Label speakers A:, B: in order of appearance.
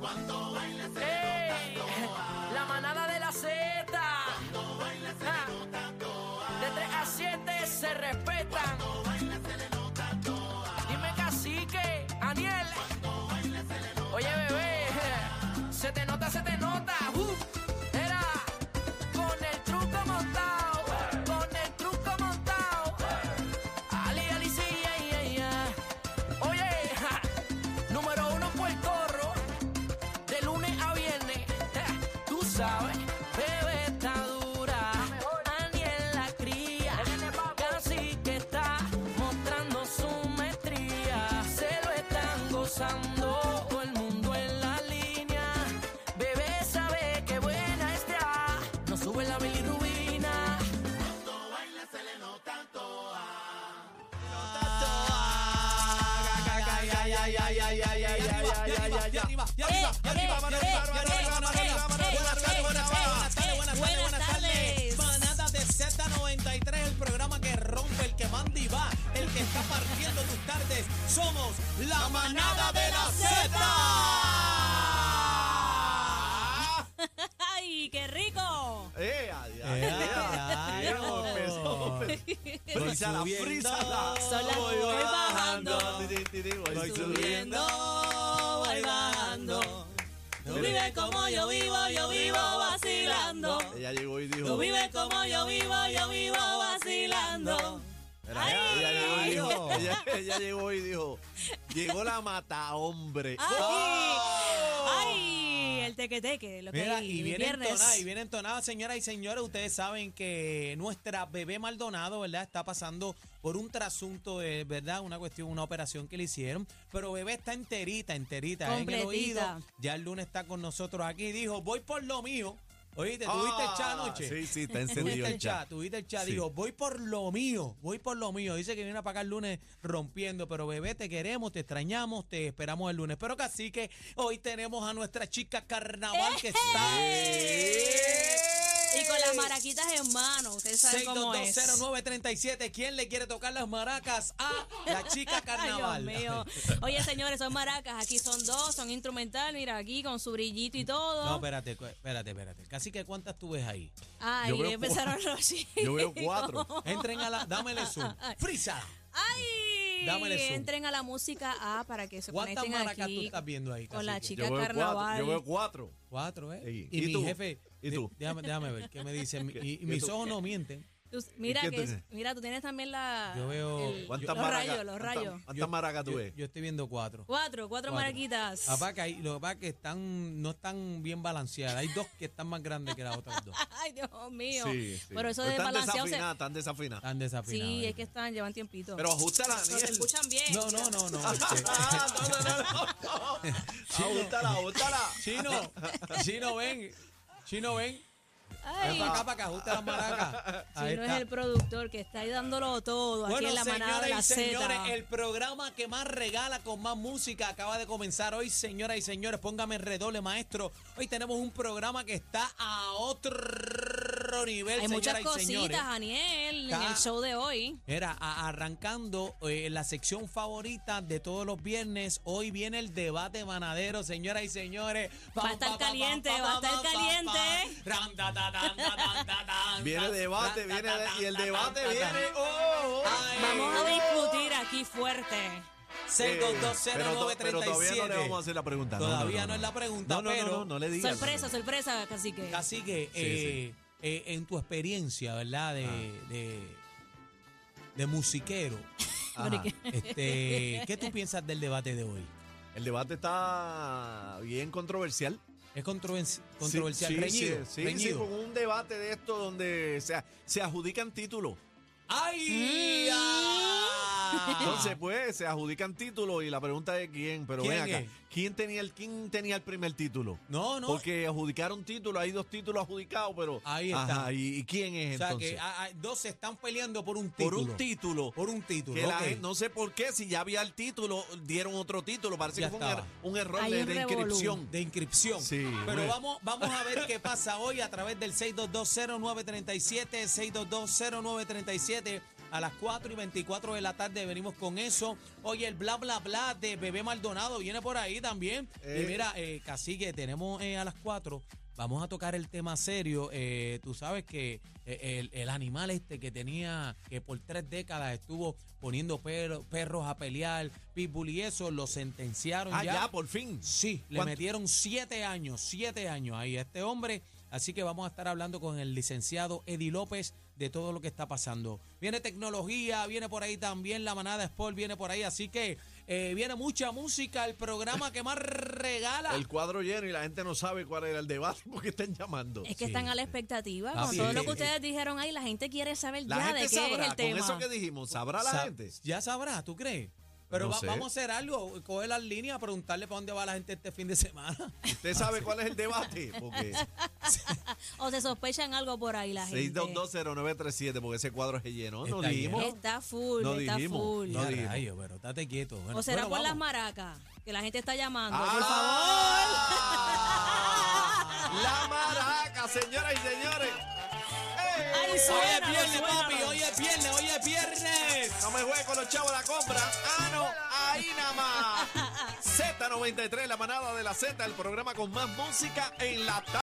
A: Cuando bailas se
B: ¡Ey!
A: le nota toa.
B: La manada de la Z.
A: Cuando bailas se
B: Ah.
A: le nota toa.
B: De 3 a 7 se respetan.
A: Cuando bailas se le nota toa.
B: Dime cacique, Aniel.
A: Cuando bailas se le nota
B: Oye, bebé. Se te nota, se te nota. Uh, era con el truco montado. Con el truco montado. Ali, ali, sí, ay, ay, ay. Oye, ja, número uno en Puerto Rico. De lunes a viernes, ja, tú sabes, bebé está dura. Daniel la cría, casi que está mostrando su maestría. Se lo están gozando todo el mundo en la línea. Bebé sabe que buena está, no sube la bilirrubina.
A: Cuando bailas se le nota toa.
C: Manada de Z93, el programa que rompe, el que manda y va, el que está partiendo tus tardes. Somos la manada de la Z.
D: ¡Ay, qué rico!
E: ¡Eh, ay, ay, ay, ay!
C: Diablo.
E: Empezó, empezó.
C: Voy
E: Frízala,
C: subiendo,
E: frízala.
D: Son las-
C: voy
D: voy
C: bajando,
D: bajando.
E: Ti, ti, ti, voy
C: voy
E: subiendo.
C: subiendo, voy bajando. Tú vives como yo vivo, yo vivo vacilando.
E: Ella llegó y dijo.
C: Tú vives como yo vivo, yo vivo vacilando.
E: Mira, ella, llegó y dijo ella, ella llegó y dijo. Llegó la mata hombre. ¡Oh!
D: ¡Ay! ¡Ay! El tequeteque, lo que
C: ¡Oh! Mira,
D: hay
C: y viene
D: viernes.
C: entonada, y viene entonada, señoras y señores. Ustedes saben que nuestra bebé Maldonado, ¿verdad? Está pasando por un trasunto, de, ¿verdad? Una cuestión, una operación que le hicieron. Pero bebé está enterita, enterita, ¿eh? en el oído.
D: Completita.
C: Ya el lunes está con nosotros aquí. Dijo, voy por lo mío. Oíste, ¿tuviste el chat
E: Ah,
C: anoche?
E: Sí, sí, está encendido
C: Tuviste
E: el chat.
C: tuviste el chat.
E: Sí.
C: Dijo, voy por lo mío, voy por lo mío. Dice que viene a pagar el lunes rompiendo, pero bebé, te queremos, te extrañamos, te esperamos el lunes. Pero casi que hoy tenemos a nuestra chica carnaval que está.
D: ¡Eh! Y con las maraquitas en mano, ustedes saben cómo es.
C: 6220937, ¿quién le quiere tocar las maracas a la chica carnaval?
D: Ay, Dios mío. Oye, señores, son maracas. Aquí son dos, son instrumental. Mira, aquí con su brillito y todo.
C: No, espérate, cu- espérate, espérate. Casi que cuántas tú ves ahí.
D: Ay,
E: Yo veo
D: empezaron los chicos.
E: Yo veo cuatro.
C: Entren a la. Dámele zoom. Frisa.
D: ¡Ay!
C: Dámele zoom.
D: Entren a la música A para que se
C: ¿Cuántas
D: conecten
C: maracas tú
D: aquí.
C: estás viendo ahí?
D: con la
C: cacique?
D: chica
E: yo veo
D: carnaval.
E: cuatro. Yo veo cuatro.
C: Cuatro, ¿eh?
E: Ey,
C: Y,
E: ¿y
C: mi
E: tú?
C: jefe.
E: ¿Y
C: de-
E: tú?
C: Déjame, déjame ver qué me dicen. Y, y
E: ¿Y
C: mis
E: tú?
C: ojos no mienten.
D: Tú- mira,
E: qué
D: que
E: tú
D: es-
E: dices?
D: mira, tú tienes también la.
C: Yo veo-
D: el- los
E: ¿Cuántas maracas?
D: rayos, los
E: cuántas-
D: rayos.
E: ¿Cuántas maracas tú
C: Yo-
E: ves?
C: Yo estoy viendo cuatro.
D: Cuatro,
C: Cuatro.
D: cuatro marquitas.
C: Papá, que hay, lo que pasa es que están, no están bien balanceadas. Hay dos que están más grandes que las otras dos.
D: Ay, Dios mío.
E: Sí, sí.
D: Pero eso de
E: están
D: balanceado. se-
E: desafinadas, están desafinadas.
C: Están desafinadas.
D: Sí, es que
C: ¿verdad?
D: están, llevan tiempito.
E: Pero ajustala,
D: Pero se
E: Daniel.
D: escuchan bien.
C: No, no, no, no. este,
E: Ah, no, no, no, no. Ajustala, ajustala.
C: Chino, Chino, ven. Chino, ven. Ven
D: Ay,
C: para acá, para que ajuste las maracas. Ahí
D: si no es
C: está.
D: el productor que está ahí dándolo todo aquí
C: Bueno,
D: en la manada de
C: señoras
D: la
C: y señores,
D: Z.
C: el programa que más regala con más música acaba de comenzar hoy, señoras y señores. Póngame el redoble, maestro. Hoy tenemos un programa que está a otro nivel,
D: Hay muchas
C: señoras y señores.
D: cositas, Daniel, en
C: Está-
D: el show de hoy.
C: Era arrancando eh, la sección favorita de todos los viernes. Hoy viene el debate manadero, señoras y señores.
D: Va a estar caliente, va a estar caliente.
C: Ran, ta, ta, tan, ta, tan, ta, tan,
E: Viene
C: tan,
E: debate,
C: ran, ta,
E: viene
C: ta,
E: de-
C: tan,
E: y el
C: ta,
E: debate
C: tan, ta, tan. Ah,
E: viene. Oh, oh.
C: Ay,
D: Vamos a discutir aquí fuerte.
E: Eh, pero, to-
C: 6220937.
E: pero todavía no le vamos a hacer la pregunta. No,
C: Todavía
E: no,
C: no es la pregunta,
E: No, no,
C: pero-
E: no, no, no le digas.
D: Sorpresa, sorpresa, cacique.
C: Así que,
E: Sí, Ah.
C: eh, eh, en tu experiencia, ¿verdad? De, de, de musiquero,
E: Ajá.
C: este, ¿qué tú piensas del debate de hoy?
E: El debate está bien controversial.
C: ¿Es controvenci- controversial?
E: Sí, sí,
C: ¿Reñido?
E: Sí, sí,
C: ¿Reñido?
E: sí, con un debate de esto donde se, se adjudican títulos.
C: ¡Ay! ah!
E: Mm. Entonces, pues, se adjudican títulos y la pregunta es quién. Pero ven
C: ¿Quién
E: acá,
C: es?
E: ¿quién tenía el, quién tenía el primer título?
C: no, no.
E: Porque adjudicaron títulos, hay dos títulos adjudicados, pero.
C: Ahí está.
E: Ajá, ¿y, y quién es
C: o sea,
E: entonces?
C: que ah, ah, dos se están peleando por un título.
E: por un título.
C: Por un título,
E: Que la
C: ok.
E: gente- no sé por qué, si ya había el título, dieron otro título. Parece
C: Ya
E: que fue un,
C: estaba.
E: er- un error
D: Hay
E: de,
D: un
E: de
D: revolú.
E: inscripción.
C: de inscripción.
E: Sí,
C: Pero
E: hombre.
C: vamos, vamos a ver qué pasa hoy a través del 6220937, 6220937. A las 4 y 24 de la tarde venimos con eso. Oye, el bla, bla, bla de Bebé Maldonado viene por ahí también.
E: Eh.
C: Y mira, eh, Cacique, tenemos eh, a las 4. Vamos a tocar el tema serio. Eh, tú sabes que eh, el, el animal este que tenía, que por tres décadas estuvo poniendo per- perros a pelear, pitbull y eso, lo sentenciaron
E: Ah, ya, por fin.
C: Sí, le
E: ¿Cuánto?
C: metieron siete años, siete años ahí a este hombre. Así que vamos a estar hablando con el licenciado Eddie López de todo lo que está pasando. Viene tecnología, viene por ahí también la manada Sport, viene por ahí. Así que eh, viene mucha música, el programa que más regala.
E: El cuadro lleno y la gente no sabe cuál era el debate porque están llamando.
D: Es que están a la expectativa.
E: Ah,
D: con
E: sí.
D: todo lo que ustedes dijeron ahí, la gente quiere saber
E: La
D: ya
E: gente
D: de qué
E: sabrá,
D: es el
E: con
D: tema.
E: eso que dijimos, sabrá la
C: Sa-
E: gente.
C: Ya sabrá, ¿tú crees? Pero
E: No
C: va-
E: sé.
C: vamos a hacer algo, coger las líneas, preguntarle para dónde va la gente este fin de semana.
E: Usted sabe cuál es el debate, porque
D: O se sospechan algo por ahí la gente.
E: 6220937, porque ese cuadro es lleno. No
C: Está
E: dijimos.
D: Está full,
E: No
D: está
E: dijimos,
D: full.
E: no
C: Ya,
E: digo.
C: rayos, pero estate quieto. Bueno,
D: Pues o será
C: bueno,
D: por las
C: vamos.
D: maracas, que la gente está llamando. Por favor.
E: ¡Ah! La maraca, señoras y señores. ¡Eh!
D: Ahí
C: Hoy
D: suena,
C: es viernes,
D: suena.
C: papi, hoy es viernes, hoy es viernes.
E: No me juegue con los chavos de la compra. Ah, no, ahí nada más. Z93, la manada de la Z, el programa con más música en la tarde.